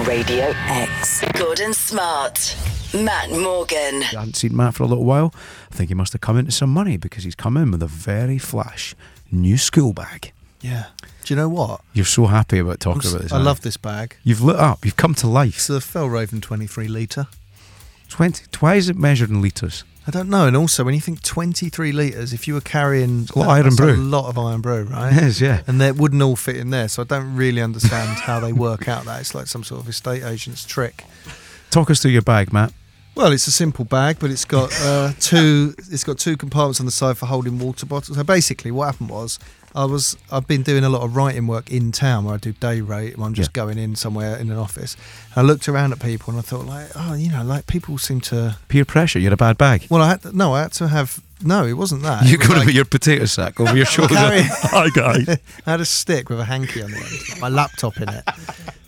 Radio X. Gordon Smart. Matt Morgan. I hadn't seen Matt for a little while. I think he must have come into some money because he's come in with a very flash new school bag. Yeah. Do you know what? You're so happy about I'm talking s- about this. I aren't love you? this bag. You've lit up. You've come to life. It's the Fellraven 23 litre. Twenty. Why is it measured in litres? I don't know. And also, when you think 23 litres, if you were carrying a lot of that's iron a brew. lot of iron brew, right? It is, yeah. And that wouldn't all fit in there. So I don't really understand how they work out that. It's like some sort of estate agent's trick. Talk us through your bag, Matt. Well, it's a simple bag, but it's got uh, two. It's got two compartments on the side for holding water bottles. So basically, what happened was, I was I've been doing a lot of writing work in town where I do day rate, and I'm just Yeah. going in somewhere in an office. And I looked around at people and I thought, like, oh, you know, like people seem to. Peer pressure. You're a bad bag. Well, I had to, no, I had to have no. It wasn't that. You're It was going to like- put your potato sack over your shoulder. Carry- Hi, guys. I had a stick with a hanky on the end, my laptop in it.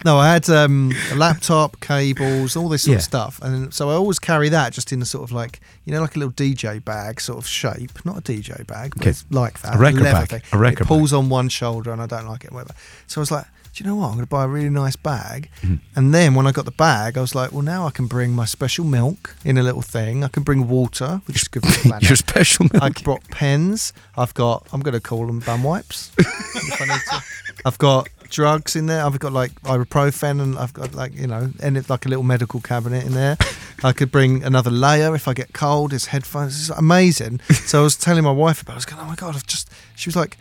No, I had um, a laptop, cables, all this sort Yeah. of stuff, and so I always carry that just in a sort of like you know like a little DJ bag sort of shape, not a DJ bag, but Okay. it's like that. A record leather bag, thing. a record It pulls on one shoulder, and I don't like it. Whatever. So I was like. Do you know what? I'm going to buy a really nice bag. Mm-hmm. And then when I got the bag, I was like, well, now I can bring my special milk in a little thing. I can bring water, which is good for the planet. Your special milk. I brought pens. I've got. I'm going to call them bum wipes. if I need to. I've got drugs in there. I've got like ibuprofen, and I've got like you know, and it's like a little medical cabinet in there. I could bring another layer if I get cold. It's headphones. It's amazing. So I was telling my wife about. it. I was going, oh my god, I've just. She was like.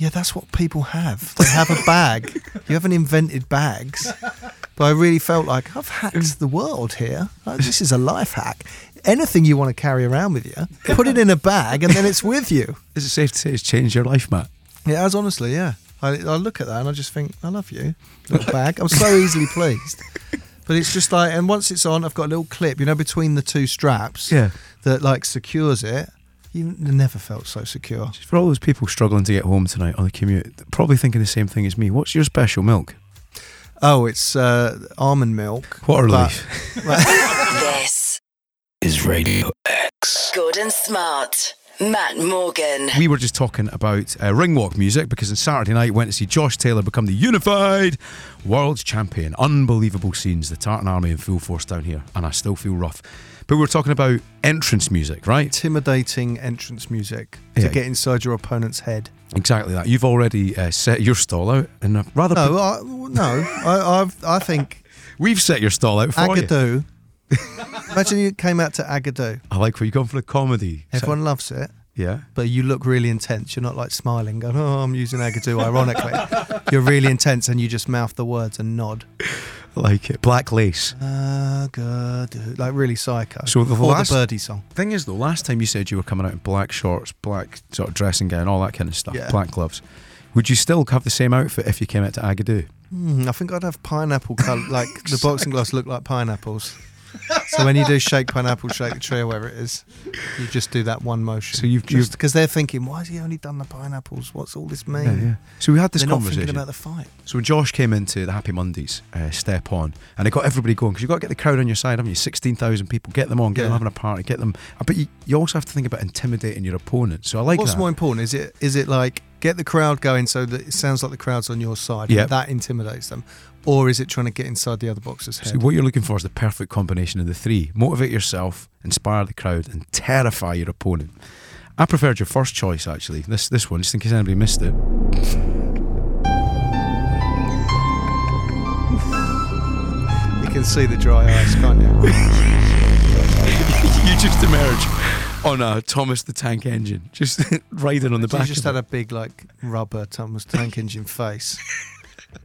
Yeah, that's what people have. They have a bag. you haven't invented bags. But I really felt like I've Mm. hacked the world here. Like, this is a life hack. Anything you want to carry around with you, put it in a bag and then it's with you. Is it safe to say it's changed your life, Matt? It has, honestly, yeah. I, I look at that and I just think, I love you, little bag. I'm so easily pleased. But it's just like, and once it's on, I've got a little clip, you know, between the two straps Yeah. that like secures it. You never felt so secure. For all those people struggling to get home tonight on the commute, they're probably thinking the same thing as me. What's your special milk? Oh, it's uh, almond milk. What a But- relief. This is Radio X. Gordon Smart. Matt Morgan. We were just talking about uh, ring walk music because on Saturday night went to see Josh Taylor become the unified world champion. Unbelievable scenes, the Tartan Army in full force down here, and I still feel rough. But we were talking about entrance music, right? intimidating entrance music Yeah. to get inside your opponent's head. Exactly that. You've already uh, set your stall out, and I've rather No, I, no, I, I've, I think we've set your stall out for you. Agadoo. Imagine you came out to Agadoo. I like where you're going for the comedy. So- Everyone loves it, yeah. but you look really intense. You're not like smiling, going, "Oh, I'm using Agadoo." Ironically, you're really intense, and you just mouth the words and nod. I like it. Black lace. Uh-huh. Agadoo, like really psycho. So the or last- the birdie song. Thing is, though, last time you said you were coming out in black shorts, black sort of dressing gown, all that kind of stuff, Yeah. black gloves. Would you still have the same outfit if you came out to Agadoo? Mm, I think I'd have pineapple colour, like the boxing gloves look like pineapples. So when you do shake pineapple, shake the tree, or whatever it is, you just do that one motion. So you've- just you've- because they're thinking, why has he only done the pineapples? What's all this mean? So we had this they're not conversation. thinking about the fight. so when Josh came into the Happy Mondays, uh, step on, and it got everybody going because you've got to get the crowd on your side, haven't you? Sixteen thousand people, get them on, get them Yeah. having a party, get them. uh, But you, you also have to think about intimidating your opponent. So I like What's that. more important? Is it is it like get the crowd going so that it sounds like the crowd's on your side? Yeah. and that intimidates them, or is it trying to get inside the other boxer's head? so what you're looking for is the perfect combination of the three: motivate yourself, inspire the crowd, and terrify your opponent. I preferred your first choice actually. This this one, just in case anybody missed it. you can see the dry eyes, can't you? you just emerge on a Thomas the Tank Engine, just riding on the you back. just of had a big like rubber Thomas Tank Engine face.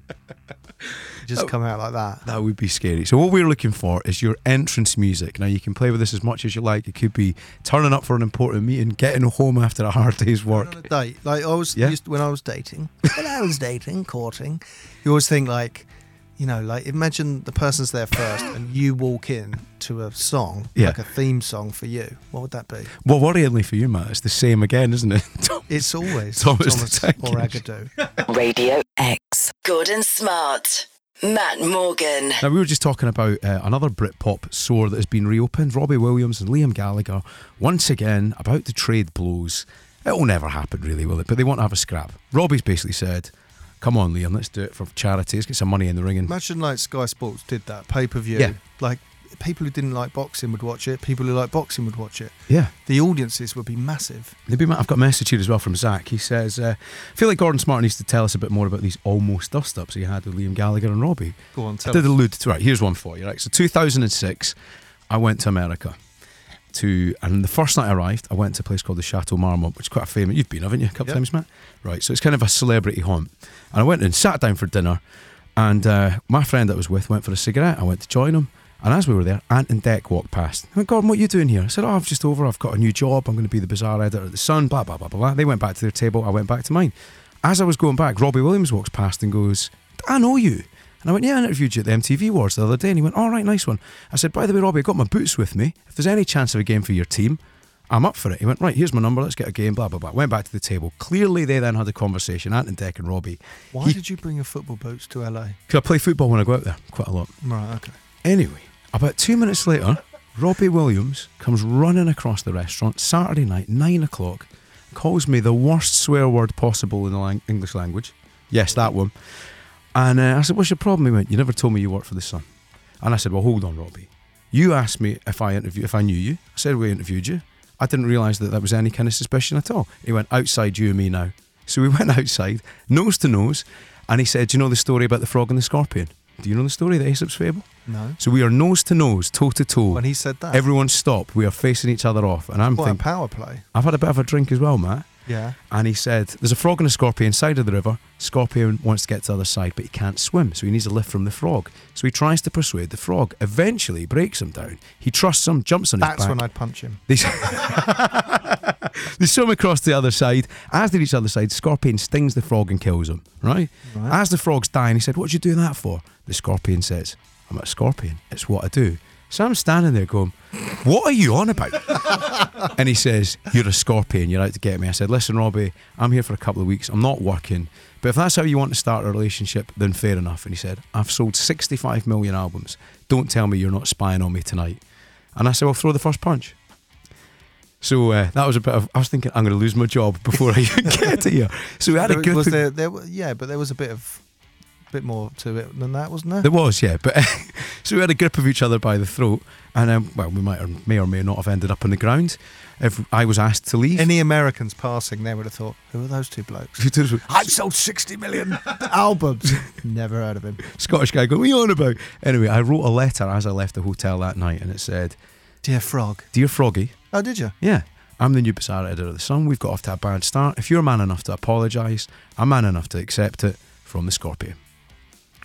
Oh. just come out like that. it. that would be scary. So what we're looking for is your entrance music. Now you can play with this as much as you like. It could be turning up for an important meeting, getting home after a hard day's work. On a date, like I was Yeah. used when I was dating. When I was dating, courting, you always think like, you know, like imagine the person's there first, and you walk in to a song, Yeah. like a theme song for you. What would that be? Well, worryingly for you, Matt, it's the same again, isn't it? Tom- It's always Thomas Thomas, the Tank or Engine. Agadoo. Radio X. Gordon Smart. Matt Morgan. Now, we were just talking about uh, another Britpop sore that has been reopened. Robbie Williams and Liam Gallagher, once again, about to trade blows. It'll never happen, really, will it? But they want to have a scrap. Robbie's basically said, Come on, Liam, let's do it for charity. Let's get some money in the ring. And Imagine like Sky Sports did that pay per view. Yeah. Like people who didn't like boxing would watch it. People who like boxing would watch it. yeah, The audiences would be massive. They'd be mad. I've got a message here as well from Zach. He says, uh, I feel like Gordon Smart needs to tell us a bit more about these almost dust ups he had with Liam Gallagher and Robbie. Go on, I tell did us. allude to right. Here's one for you. Right, so 2006, I went to America to, and the first night I arrived, I went to a place called the Chateau Marmont, which is quite a famous. You've been, haven't you, a couple Yep. times, Matt? Right. So it's kind of a celebrity haunt. And I went and sat down for dinner, and uh, my friend that I was with went for a cigarette. I went to join him. And as we were there, Ant and Deck walked past. I went, Gordon, what are you doing here? I said, Oh, I've just over. I've got a new job. I'm going to be the bazaar editor at The Sun, blah, blah, blah, blah, blah. They went back to their table. I went back to mine. As I was going back, Robbie Williams walks past and goes, I know you. And I went, Yeah, I interviewed you at the MTV Awards the other day. And he went, All right, nice one. I said, By the way, Robbie, I've got my boots with me. If there's any chance of a game for your team, I'm up for it. He went, Right, here's my number. Let's get a game, blah, blah, blah. Went back to the table. Clearly, they then had a conversation, Ant and Deck and Robbie. Why He- did you bring your football boots to LA? Because I play football when I go out there quite a lot. Right. Okay. Anyway, about two minutes later, Robbie Williams comes running across the restaurant Saturday night, nine o'clock, calls me the worst swear word possible in the lang- English language. Yes, that one. And uh, I said, What's your problem? He went, You never told me you worked for The Sun. And I said, Well, hold on, Robbie. You asked me if I interview, if I knew you. I said, We interviewed you. I didn't realise that that was any kind of suspicion at all. He went, Outside you and me now. So we went outside, nose to nose, and he said, Do you know the story about the frog and the scorpion? Do you know the story, the Aesop's fable? No. So we are nose to nose, toe to toe. When he said that, Everyone stop. We are facing each other off. And I'm quite a thinking, power play. I've had a bit of a drink as well, Matt. Yeah. And he said, There's a frog and a scorpion side of the river. Scorpion wants to get to the other side, but he can't swim. So he needs a lift from the frog. So he tries to persuade the frog. Eventually, he breaks him down. He trusts him, jumps on his That's back. when I'd punch him. They, they swim across the other side. As they're each other side, Scorpion stings the frog and kills him, right? Right. As the frog's dying, he said, What you doing that for? The scorpion says, I'm a scorpion. It's what I do. So I'm standing there going, What are you on about? and he says, You're a scorpion. You're out to get me. I said, Listen, Robbie, I'm here for a couple of weeks. I'm not working. But if that's how you want to start a relationship, then fair enough. And he said, I've sold 65 million albums. Don't tell me you're not spying on me tonight. And I said, Well, throw the first punch. So uh, that was a bit of. I was thinking I'm going to lose my job before I even get to here. So we had a There, good. was there, there, wa- yeah, but there was a bit of, bit more to it than that, wasn't there? There was, yeah. But so we had a grip of each other by the throat, and um, well, we might or may or may not have ended up on the ground if I was asked to leave. Any Americans passing, they would have thought, "Who are those two blokes?" I've sold 60 million. Albums. Never heard of him. Scottish guy going, what are you on about? Anyway, I wrote a letter as I left the hotel that night and it said, Dear Frog. Dear Froggy, Oh, did you? yeah, I'm the new bazaar editor of The Sun. We've got off to a bad start. If you're man enough to apologise, I'm man enough to accept it from the Scorpion.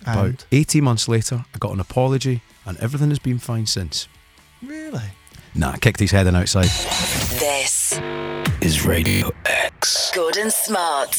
About And 18 months later, I got an apology and everything has been fine since. really? Nah, I kicked his head in outside. This is Radio X. Gordon Smart,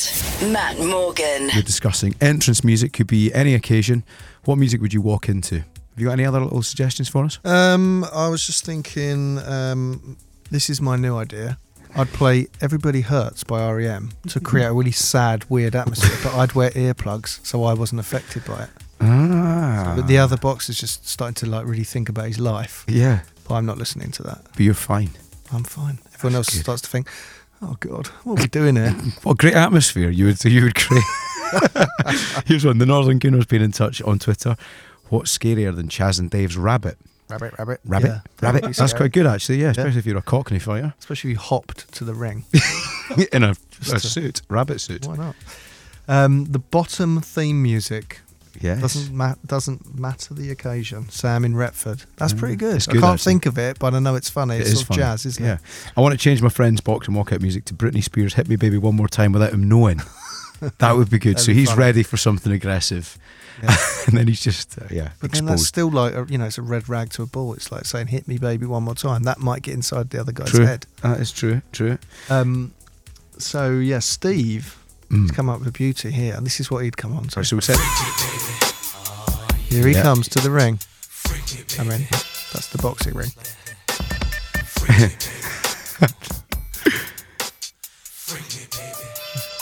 Matt Morgan. We're discussing entrance music, could be any occasion. What music would you walk into? Have you got any other little suggestions for us? Um, I was just thinking. Um, this is my new idea. I'd play "Everybody Hurts" by REM to create a really sad, weird atmosphere, but I'd wear earplugs so I wasn't affected by it. Ah. But the other box is just starting to like really think about his life. Yeah, But I'm not listening to that. but you're fine. I'm fine. Everyone else good. starts to think, "Oh God, what are we doing here?" What a great atmosphere you would you would create. Here's one. The Northern Gooner's been in touch on Twitter. What's scarier than Chaz and Dave's rabbit? rabbit, rabbit, Rabbit, Yeah. rabbit. That's quite good actually. Yeah, especially Yeah. if you're a Cockney fighter Especially if you hopped to the ring. in a, a a- suit, rabbit suit. Why not? Um, the bottom theme music Yes. doesn't ma- doesn't matter the occasion. Sam in Retford. That's pretty good. Mm, it's I good, can't actually. think of it, but I know it's funny. It it's is sort of funny. jazz, isn't yeah. it? I want to change my friend's box and walkout music to Britney Spears "Hit Me Baby One More Time" without him knowing. That would be good. That'd so be he's funny. ready for something aggressive, Yeah. and then he's just uh, yeah But then that's exposed. still like a, you know it's a red rag to a bull. It's like saying "hit me, baby, one more time." That might get inside the other guy's True. head. That is true. True. Um, so yeah, Steve has Mm. come up with beauty here, and this is what he'd come on to. Sorry, so we said Here he Yeah. comes to the ring. I mean, that's the boxing ring.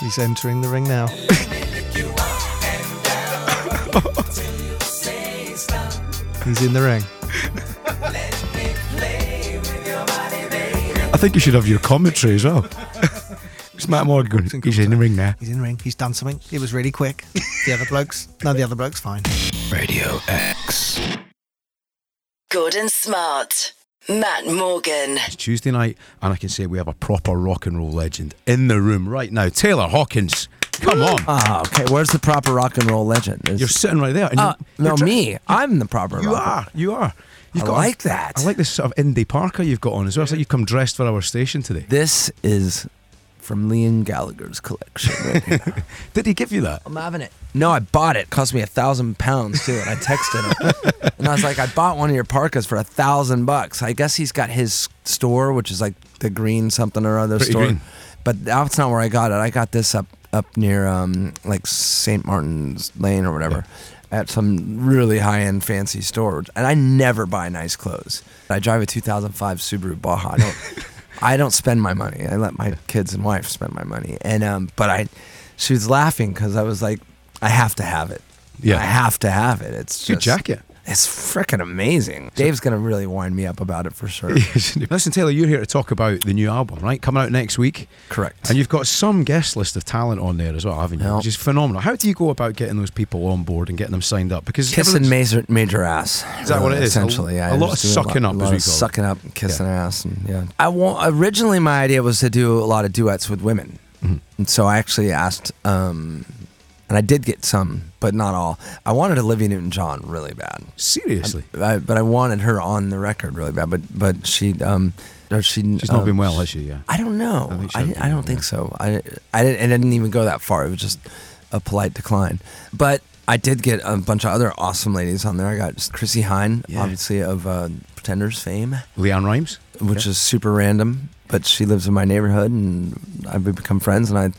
He's entering the ring now. He's in the ring. I think you should have your commentary as well. It's That's Matt Morgan. It's He's in the ring now. He's in the ring. He's done something. It was really quick. The other blokes. No, the other blokes fine. Radio X. Gordon Smart. Matt Morgan. It's Tuesday night, and I can say we have a proper rock and roll legend in the room right now. Taylor Hawkins, come on. Ah, okay. Where's the proper rock and roll legend? Is- You're sitting right there. And Ah, you're- no, you're- me. I'm the proper. You rock. are. You are. I a- like that. I like this sort of indie parka you've got on as well. It's like you've come dressed for our station today. This is from Liam Gallagher's collection. right here. Did he give you that? I'm having it. No, I bought it. Cost me a thousand pounds too, and I texted him, and I was like, I bought one of your parkas for a thousand bucks. I guess he's got his store, which is like the green something or other Pretty store. green. But that's not where I got it. I got this up up near um like St. Martin's Lane or whatever. At some really high end fancy store, and I never buy nice clothes. I drive a 2005 Subaru Baja. I don't, I don't spend my money. I let my kids and wife spend my money. And um, but I, she was laughing because I was like, I have to have it. Yeah. I have to have it. It's Good just, jacket. It's freaking amazing. Dave's gonna really wind me up about it for sure. Listen, Taylor, you're here to talk about the new album, right? Coming out next week. Correct. And you've got some guest list of talent on there as well, haven't you? Yeah. Which is phenomenal. How do you go about getting those people on board and getting them signed up? Because Kissing everyone's- major major ass. Uh, Is that what it is? Essentially, A- yeah. a lot Just of doing sucking a up, lot, as lot we of call it. sucking up, and kissing ass, and yeah. I want originally my idea was to do a lot of duets with women, Mm-hmm. and so I actually asked, um, and I did get some, but not all. I wanted Olivia Newton-John really bad. Seriously. I, but I wanted her on the record really bad. But but she um or she She's not um, been well, has she? Yeah. I don't know. I I, think didn't- she I, had been don't well, think yeah. so. I I didn't, and I didn't even go that far. It was just a polite decline. But I did get a bunch of other awesome ladies on there. I got Chrissy Hine, Yeah. obviously of uh, Pretenders fame, Leanne Rhymes? which is super random. But she lives in my neighborhood, and I've become friends. And I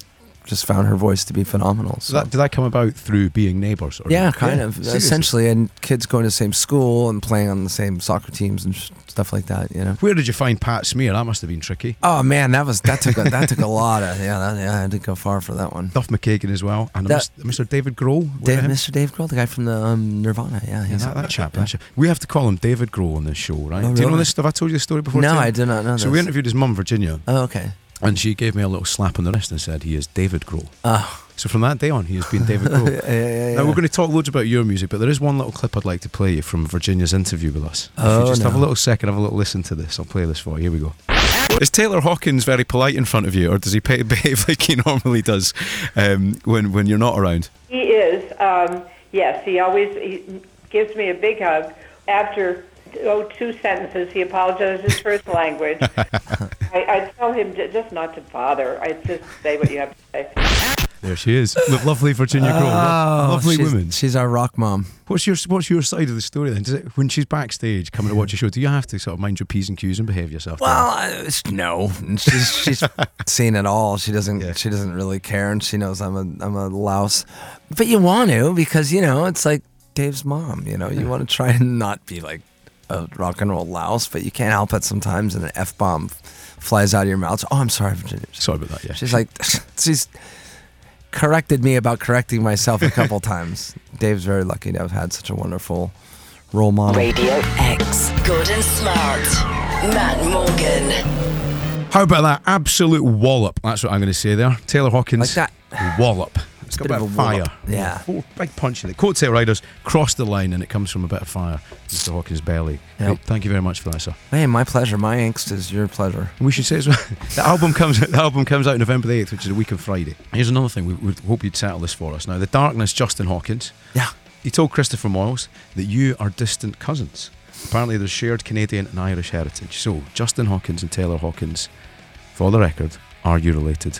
just found her voice to be phenomenal. So So. that, did that come about through being neighbours? or- Yeah, kind of. seriously. Essentially, and kids going to the same school and playing on the same soccer teams and sh- stuff like that. You know. Where did you find Pat Smear? That must have been tricky. Oh man, that was that took a, that took a lot of yeah. That, yeah, I didn't go far for that one. Duff McKagan as well, and That- Mr. David Grohl. Where Dave, him? Mr. Dave Grohl, the guy from the um, Nirvana. Yeah, Yeah, he's that, that chap. that chap. We have to call him David Grohl on this show, right? Oh, Do you know really? this stuff? I told you the story before. No, Tim? I did not know So this. we interviewed his mum, Virginia, Oh, okay. and she gave me a little slap on the wrist and said, "He is David Grohl." Oh, So from that day on, he has been David Grohl. yeah, yeah, yeah. Now we're going to talk loads about your music, but there is one little clip I'd like to play you from Virginia's interview with us. if Oh, you just have a no. little second, have a little listen to this. I'll play this for you. Here we go. Is Taylor Hawkins very polite in front of you, or does he pay, behave like he normally does um, when when you're not around? He is. Um, yes, he always he gives me a big hug. After oh, two sentences, he apologizes for his language. I, I tell him j- just not to bother. I just say what you have to say. There she is, with lovely Virginia Grohl, Lo- lovely Oh, she's, woman. She's our rock mom. What's your What's your side of the story then? Does it, when she's backstage coming to watch a show, do you have to sort of mind your p's and q's and behave yourself? Well, I, it's- no, she's she's seen it all. She doesn't Yeah. she doesn't really care, and she knows I'm a I'm a louse. But you want to because you know it's like Dave's mom. You know you want to try and not be like a rock and roll louse, but you can't help it sometimes, and an f bomb flies out of your mouth. Oh, I'm sorry, Virginia. Sorry about that. Yeah, She's like she's corrected me about correcting myself a couple times. Dave's very lucky to have had such a wonderful role model. Radio X. Gordon Smart. Matt Morgan. How about that absolute wallop? That's what I'm going to say there. Taylor Hawkins. Like Wallop. It's got a bit bit of of a fire. wallop. Yeah. Full big punch in it. Coattail Riders cross the line and it comes from a bit of fire. Mr. Hawkins' belly. Yep. Great. Thank you very much for that, sir. Hey, my pleasure. My angst is your pleasure. And we should say as well, the album comes the album comes out November the eighth, which is a week of Friday. Here's another thing. We, we hope you'd settle this for us. Now, the darkness, Justin Hawkins. Yeah. He told Christopher Moyles that you are distant cousins. Apparently, there's shared Canadian and Irish heritage. So, Justin Hawkins and Taylor Hawkins, for the record, are you related?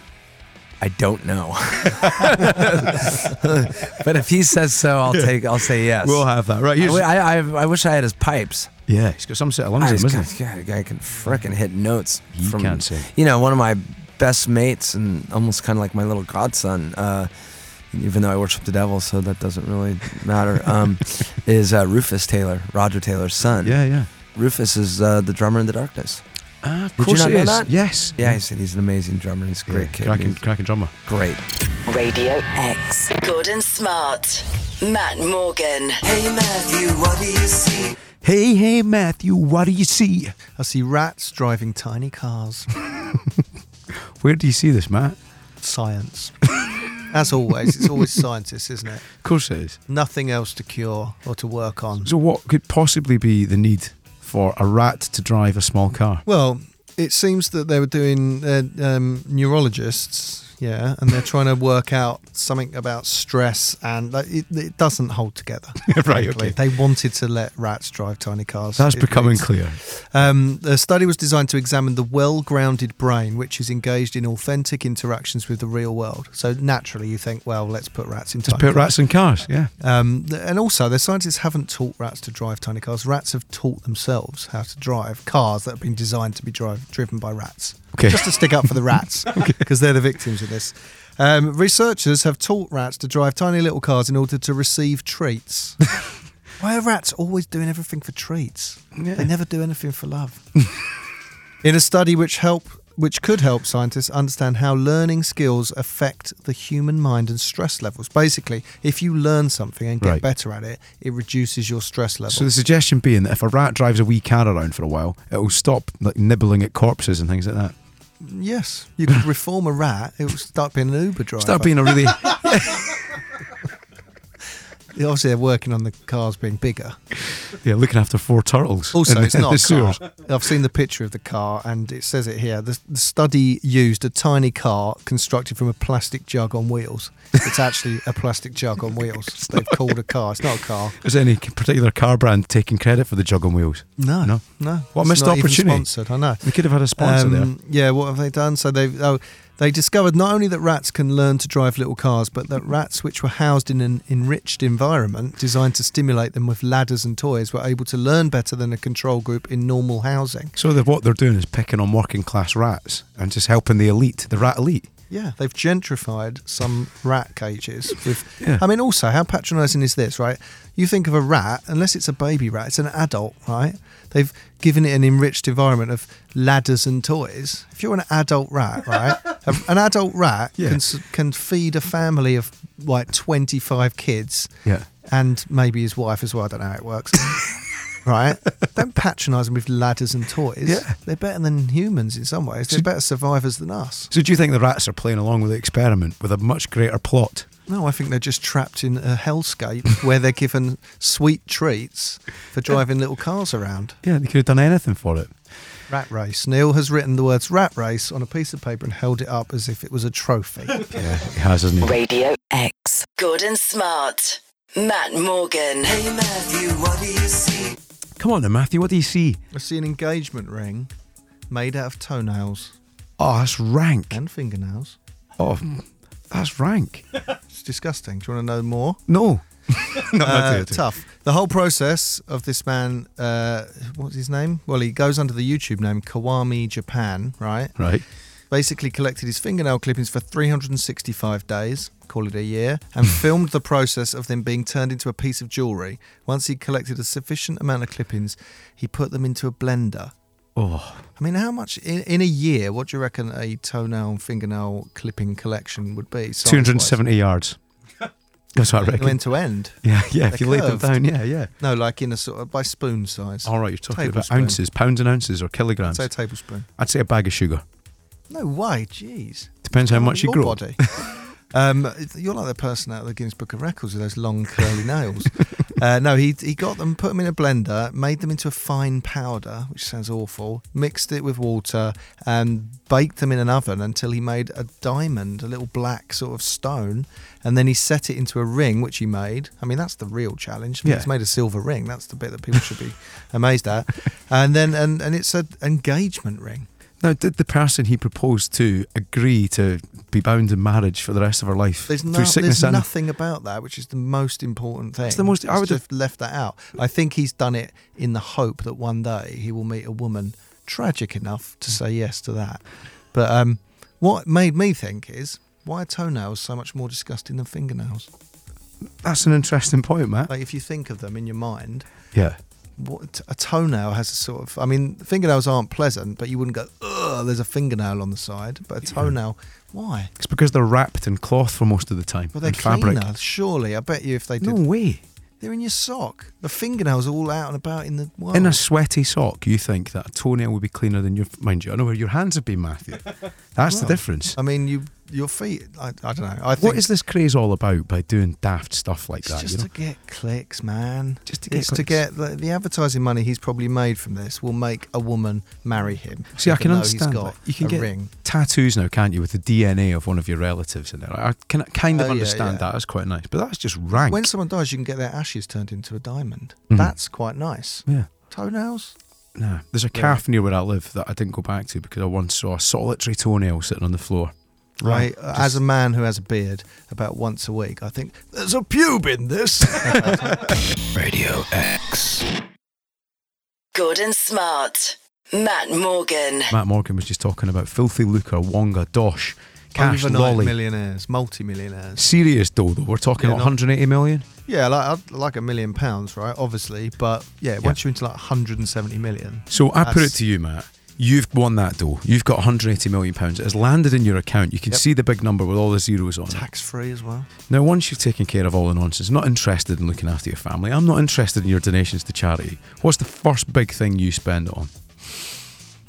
I don't know. but if he says so, I'll take I'll say yes. We'll have that. Right. I, Here's, wi- I, I- I wish I had his pipes. yeah, he's got some set of lungs I in him, just isn't got, he? yeah, the guy can frickin' hit notes. He from, can sing. You know, one of my best mates and almost kind of like my little godson, uh, even though I worship the devil, so that doesn't really matter, um, is uh, Rufus Taylor, Roger Taylor's son. Yeah, yeah. Rufus is uh, the drummer in the darkness. Ah, of Did you course not it know is. that? Yes. Yeah, he's, he's an amazing drummer. He's a great Yeah, kid. Cracking, He's cracking drummer. great. Radio X. Gordon Smart. Matt Morgan. Hey, hey, Matthew, what do you see? I see rats driving tiny cars. Where do you see this, Matt? science. As always, it's always scientists, isn't it? Of course it is. Nothing else to cure or to work on. So, what could possibly be the need for a rat to drive a small car? Well, it seems that they were doing uh, um, neurologists, yeah, and they're trying to work out something about stress, and like, it, it doesn't hold together. Right, frankly. okay. They wanted to let rats drive tiny cars. That's It becoming makes- clear. Um, the study was designed to examine the well grounded brain, which is engaged in authentic interactions with the real world. So naturally, you think, well, let's put rats in Just tiny put rats in cars, yeah. um, th- and also, the scientists haven't taught rats to drive tiny cars. Rats have taught themselves how to drive cars that have been designed to be drive, driven by rats. Okay. Just to stick up for the rats, because they're the victims of this. Um, researchers have taught rats to drive tiny little cars in order to receive treats. Why are rats always doing everything for treats? They never do anything for love in a study which help which could help scientists understand how learning skills affect the human mind and stress levels. Basically, if you learn something and get Right. better at it, it reduces your stress level. So the suggestion being that if a rat drives a wee car around for a while, it will stop like nibbling at corpses and things like that. yes, you could reform a rat, it would start being an Uber driver. Start being a really Obviously, they're working on the cars being bigger. yeah, looking after four turtles. Also, in the- it's not the a car. sewers. I've seen the picture of the car, and it says it here. The, the study used a tiny car constructed from a plastic jug on wheels. It's actually a plastic jug on wheels. They've called a car. It's not a car. Is any particular car brand taking credit for the jug on wheels? No, No. no. What a It's missed not even opportunity. sponsored, I know. Um, We could have had a sponsor there. Yeah, what have they done? So they oh, they discovered not only that rats can learn to drive little cars, but that rats which were housed in an enriched environment designed to stimulate them with ladders and toys were able to learn better than a control group in normal housing. So that what they're doing is picking on working class rats and just helping the elite, the rat elite. Yeah, they've gentrified some rat cages with. Yeah. I mean, also, how patronising is this, right? You think of a rat, unless it's a baby rat, it's an adult, right? They've given it an enriched environment of ladders and toys. If you're an adult rat, right, a, an adult rat Yeah. can s- can feed a family of like 25 kids, Yeah. and maybe his wife as well. I don't know how it works. Right, don't patronise them with ladders and toys. Yeah. They're better than humans in some ways. They're better survivors than us. So do you think the rats are playing along with the experiment with a much greater plot? No, I think they're just trapped in a hellscape where they're given sweet treats for driving little cars around. Yeah, they could have done anything for it. Rat race. Neil has written the words rat race on a piece of paper and held it up as if it was a trophy. Yeah, it has, isn't it? Radio X. Gordon Smart. Matt Morgan. Come on then, Matthew, what do you see? I see an engagement ring made out of toenails Oh, that's rank. and fingernails. Oh, that's rank. It's disgusting. Do you want to know more? No. no, Uh, I do, I do. tough. The whole process of this man, uh, what's his name? Well, he goes under the YouTube name Kawami Japan, right? Right. basically collected his fingernail clippings for 365 days, call it a year, and filmed the process of them being turned into a piece of jewellery. Once he collected a sufficient amount of clippings, he put them into a blender. Oh, I mean, how much in, in a year? What do you reckon a toenail and fingernail clipping collection would be? size-wise? 270 yards. That's what I reckon. end to end. Yeah, yeah. If you They're laid them curved. down, yeah, yeah. No, like in a sort of by spoon size. All right, you're talking about Tablespoon. ounces, pounds and ounces, or kilograms. Say a tablespoon. I'd say a bag of sugar. No way, jeez. Depends how much you grow. your Body. um, you're like the person out of the Guinness Book of Records with those long curly nails. Uh, no, he he got them, put them in a blender, made them into a fine powder, which sounds awful. Mixed it with water and baked them in an oven until he made a diamond, a little black sort of stone, and then he set it into a ring, which he made. I mean, that's the real challenge. I mean, Yeah. He's made a silver ring. That's the bit that people should be amazed at. And then and and it's an engagement ring. Now, did the person he proposed to agree to be bound in marriage for the rest of her life There's, no, through sickness there's and nothing about that, which is the most important thing. It's the most- I would have- just left that out. I think he's done it in the hope that one day he will meet a woman tragic enough Hmm. to say yes to that. But um, what made me think is why are toenails so much more disgusting than fingernails? that's an interesting point, Matt? Like if you think of them in your mind, yeah, what a toenail has a sort of. I mean, fingernails aren't pleasant, but you wouldn't go, ugh, there's a fingernail on the side. But a toenail, why? it's because they're wrapped in cloth for most of the time. Well, they're and fabric. cleaner, surely. I bet you if they did No way. They're in your sock. The fingernails are all out and about in the world. In a sweaty sock, you think that a toenail would be cleaner than your mind you. I know where your hands have been, Matthew. That's the Well, difference. I mean, you your feet. I, I don't know. I think What is this craze all about by doing daft stuff like It's that? just you know? to get clicks, man. Just to get it's to clicks. get the, the advertising money he's probably made from this will make a woman marry him. See, I even can though understand. He's got that. You can a get ring. tattoos now, can't you, with the DNA of one of your relatives in there? I can kind Oh, of yeah, understand yeah. that. That's quite nice, but that's just rank. When someone dies, you can get their ashes turned into a diamond. Mhm. That's quite nice. yeah. Toenails. Nah. There's a calf near where I live that I didn't go back to because I once saw a solitary toenail sitting on the floor. Right. uh, As a man who has a beard, about once a week, I think there's a pube in this. Radio X. Gordon Smart, Matt Morgan, Matt Morgan was just talking about filthy lucre, wonga, dosh, cash, Overnight lolly. millionaires, multi-millionaires. Serious though, though. We're talking Yeah, about no. 180 million. Yeah, like I'd like a million pounds, right? Obviously, but yeah, once you're into like 170 million, So I put it That's- to you, Matt. You've won that though. You've got 180 million pounds. It has landed in your account. You can Yep. see the big number with all the zeros on it. tax-free as well. Now, once you've taken care of all the nonsense, not interested in looking after your family. I'm not interested in your donations to charity. What's the first big thing you spend on?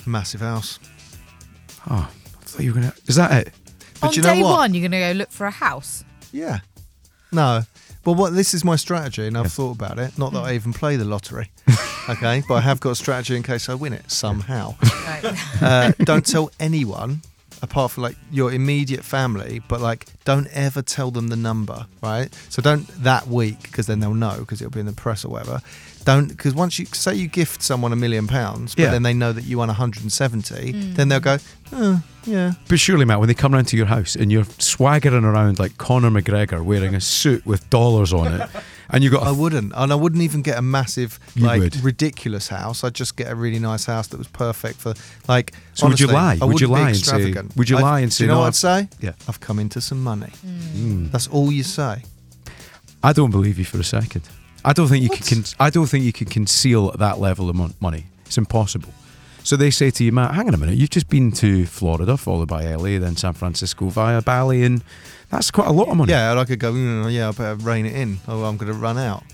Massive house. Oh, I thought you were gonna. Is that it? But on you know day what? one, you're going to go look for a house. Yeah. No. But what this is my strategy, and I've thought about it. Not that I even play the lottery, okay? but I have got a strategy in case I win it somehow. Right. Uh, don't tell anyone apart from like your immediate family, but like don't ever tell them the number, right? So don't that week because then they'll know because it'll be in the press or whatever. Don't because once you say you gift someone a million pounds, but Yeah. then they know that you won 170, then they'll go, oh, yeah, But surely, Matt, when they come round to your house and you're swaggering around like Conor McGregor wearing a suit with dollars on it, and you "Oh, got a I wouldn't, and I wouldn't even get a massive, You like, would. ridiculous house. I'd just get a really nice house that was perfect for, like. So would you honestly, lie? I Would you wouldn't be lie and say- extravagant. would you I- lie and Do say, you know "No, what I've- I'd say? yeah. Hmm. I've come into some money. That's all you say. I don't believe you for a second. I don't think you What? can. Con- I don't think you can conceal that level of mon- money. It's impossible. So they say to you, Matt, hang on a minute. You've just been to Florida, followed by LA, then San Francisco via Bali, and that's quite a lot of money. Yeah, I could go. "Mm, yeah, I better rein it in. Oh, I'm going to run out.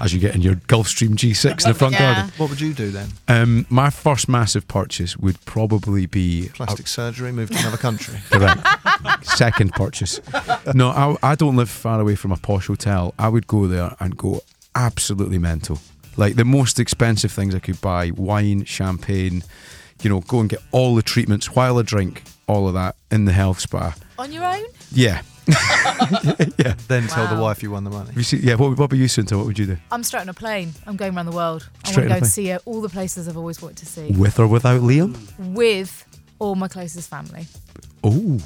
As you get in your Gulfstream G6 in the front Yeah. garden. What would you do then? Um, my first massive purchase would probably be Plastic surgery, move to another country. Correct. Second purchase. No, I, I don't live far away from a posh hotel. I would go there and go absolutely mental. Like the most expensive things I could buy wine, champagne, you know, go and get all the treatments while I drink, all of that in the health spa. on your own? Yeah. Then tell the Wow. wife you won the money. You see, yeah, what, would- what about you, Sunta? What would you do? I'm straight on a plane. I'm going around the world. I Straight on want to a go and plane. see uh, all the places I've always wanted to see With or without Liam? with all my closest family. Oh.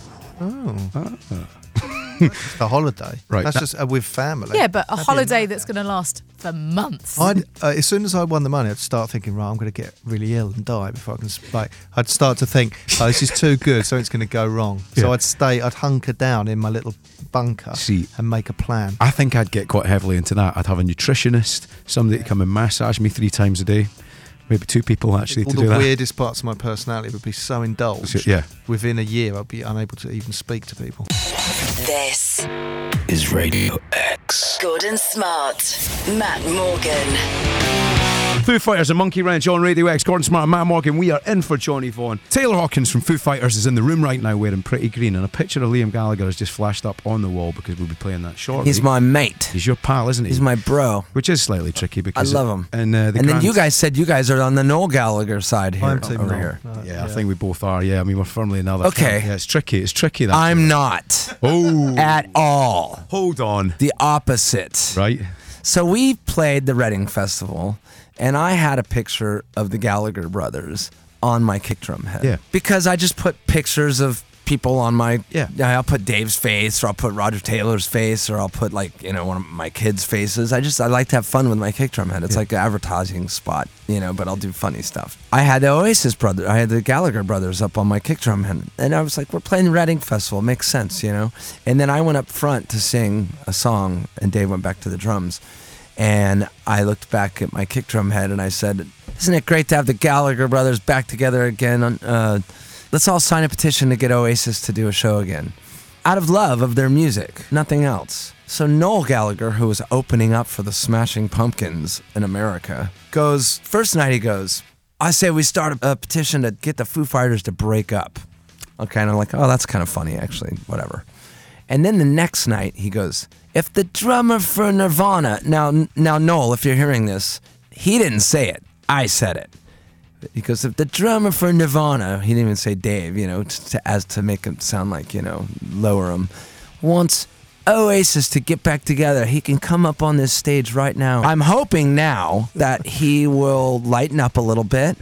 It's a holiday, Right, That's that- just uh, with family. Yeah, but a That'd be holiday mad. that's going to last for months. I'd, uh, as soon as I won the money, I'd start thinking, right, I'm going to get really ill and die before I can. s- Like, I'd start to think, oh, this is too good, something's going to go wrong. Yeah. So I'd stay, I'd hunker down in my little bunker See. and make a plan. I think I'd get quite heavily into that. I'd have a nutritionist, somebody to come and massage me three times a day. Maybe two people actually All to the do that. weirdest parts of my personality would be so indulged. Yeah. Within a year, I'd be unable to even speak to people. this Is Radio X. Gordon Smart, Matt Morgan, Foo Fighters and Monkey Wrench on Radio X. Gordon Smart and Matt Morgan. We are in for Johnny Vaughan. Taylor Hawkins from Foo Fighters is in the room right now wearing pretty green, and a picture of Liam Gallagher has just flashed up on the wall because we'll be playing that shortly. He's my mate. Oh, He's your pal, isn't he? He's my bro. Which is slightly tricky because love him. And uh, the and then grand- you guys said you guys are on the Noel Gallagher side here I'm team over Noel. here. Uh, Yeah, I think we both are. Yeah, I mean we're firmly another. Okay. Yeah, it's tricky. It's tricky. That. I'm not oh, at all. hold on. The opposite. Right. So we played the Reading Festival, and I had a picture of the Gallagher brothers on my kick drum head. Yeah. Because I just put pictures of people on my. Yeah. I'll put Dave's face, or I'll put Roger Taylor's face, or I'll put like you know one of my kids' faces. I just I like to have fun with my kick drum head. It's like an advertising spot, you know. But I'll do funny stuff. I had the Oasis brother, I had the Gallagher brothers up on my kick drum head, and I was like, we're playing the Reading Festival, makes sense, you know. And then I went up front to sing a song, and Dave went back to the drums. And I looked back at my kick drum head and I said, Isn't it great to have the Gallagher brothers back together again? On, uh, let's all sign a petition to get Oasis to do a show again. Out of love of their music, nothing else. So Noel Gallagher, who was opening up for the Smashing Pumpkins in America, goes, First night he goes, I say we start a petition to get the Foo Fighters to break up. Okay, and I'm like, oh, that's kind of funny, actually. Whatever. And then the next night, he goes, if the drummer for Nirvana. Now, now, Noel, if you're hearing this, he didn't say it. I said it. Because if the drummer for Nirvana, he didn't even say Dave, you know, t- to, as to make him sound like, you know, lower him, wants Oasis to get back together, he can come up on this stage right now. I'm hoping now that he will lighten up a little bit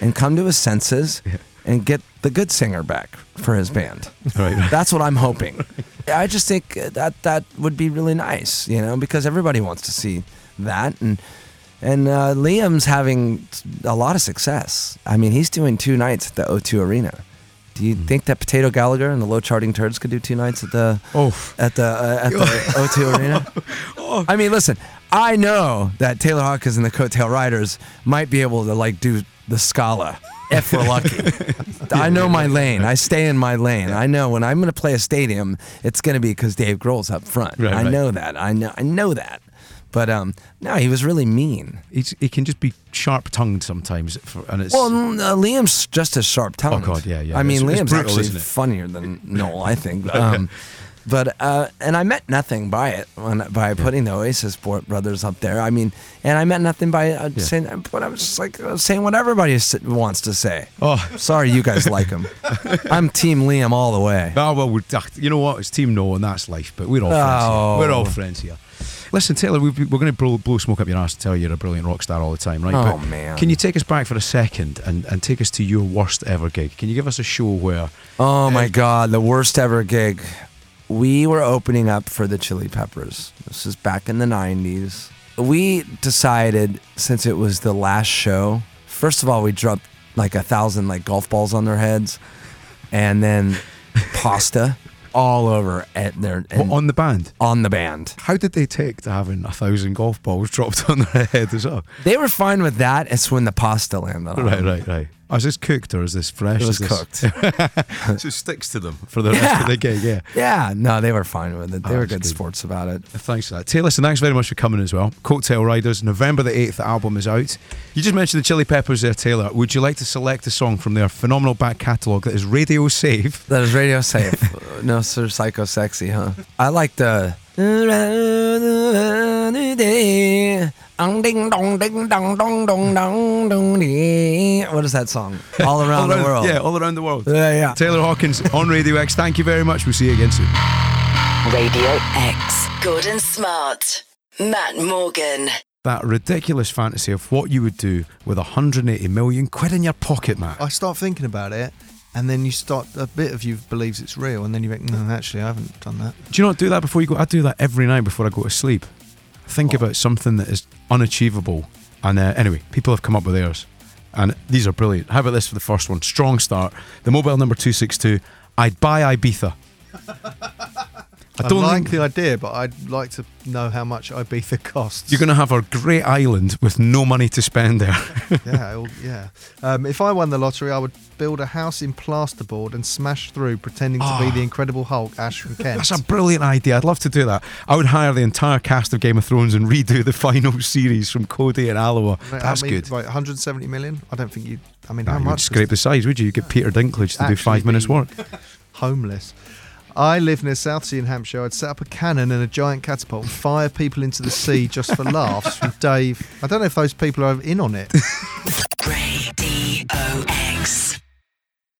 and come to his senses and get the good singer back for his band. Right. That's what I'm hoping. I just think that that would be really nice, you know, because everybody wants to see that and and uh, Liam's having a lot of success. I mean, he's doing two nights at the O2 Arena. Do you think that Potato Gallagher and the Low Charting Turds could do two nights at the Oh. at the uh, at the O2 Arena? I mean, listen, I know that Taylor Hawkins and the Coattail Riders might be able to like do the Scala if we're lucky. I know my lane. I stay in my lane. I know when I'm going to play a stadium, it's going to be because Dave Grohl's up front. Right, I right. know that. I know. I know that. But um, no, he was really mean. He's, he can just be sharp tongued sometimes, for, and it's Well, n- uh, Liam's just as sharp tongued. Oh, God, yeah, yeah, I mean, it's- it's Liam's brutal, isn't actually it? funnier than Noel, I think. Um, but uh, and I meant nothing by it when, by putting the Oasis bro- brothers up there. I mean, and I meant nothing by uh, Yeah. saying. But I was just like uh, saying what everybody s- wants to say. oh. Sorry, you guys like him. I'm Team Liam all the way. Ah, well, we're, ah, you know what? It's Team No, and that's life. But we're all friends Oh. here. We're all friends here. Listen, Taylor, we've, we're going to blow, blow smoke up your ass and tell you you're a brilliant rock star all the time, right? Oh, man. Can you take us back for a second and, and take us to your worst ever gig? Can you give us a show where. Oh my God, the worst ever gig. We were opening up for the Chili Peppers. This is back in the 90s. We decided since it was the last show, first of all, we dropped like a thousand like golf balls on their heads and then pasta all over at their and on the band? on the band. How did they take to having a thousand golf balls dropped on their head as well? They were fine with that. It's when the pasta landed on. Right, them. right, right. Oh, is this cooked or is this fresh? It was Is this- cooked. so it sticks to them for the rest of the gig, yeah. Yeah, no, they were fine with it. They Oh, were that's good good. sports about it. Thanks for that. Taylor, listen, thanks very much for coming as well. Cocktail Riders, November the 8th, the album is out. You just mentioned the Chili Peppers there, Taylor. Would you like to select a song from their phenomenal back catalogue that is radio safe? That is radio safe. no, sir, psycho sexy, huh? I like the. What is that song? All around the world. Yeah, all around the world. yeah, yeah. Taylor Hawkins on Radio X, thank you very much. We'll see you again soon. Radio X. Gordon Smart. Matt Morgan. That ridiculous fantasy of what you would do with 180 million quid in your pocket, Matt. I start thinking about it, and then you start a bit of you believes it's real, and then you think, no, actually, I haven't done that. Do you not do that before you go? I do that every night before I go to sleep. Think about something that is unachievable. And uh, anyway, people have come up with theirs. And these are brilliant. How about this for the first one? Strong start. The mobile number 262. I'd buy Ibiza. I I don't like think the idea, but I'd like to know how much Ibiza costs. you're going to have a great island with no money to spend there. yeah, it'll- yeah. Um, if I won the lottery, I would build a house in plasterboard and smash through, pretending to be the Incredible Hulk, Ash from Kent. Ah. That's a brilliant idea. I'd love to do that. I would hire the entire cast of Game of Thrones and redo the final series from Cody and Alloa. I That's mean, good. Right, 170 million. I don't think you. I mean, Nah, how you would much? scrape the sides, would you? You get Peter Dinklage to do actually five minutes be- work. homeless. I live near South Sea in Hampshire. I'd set up a cannon and a giant catapult and fire people into the sea just for laughs from Dave. I don't know if those people are in on it.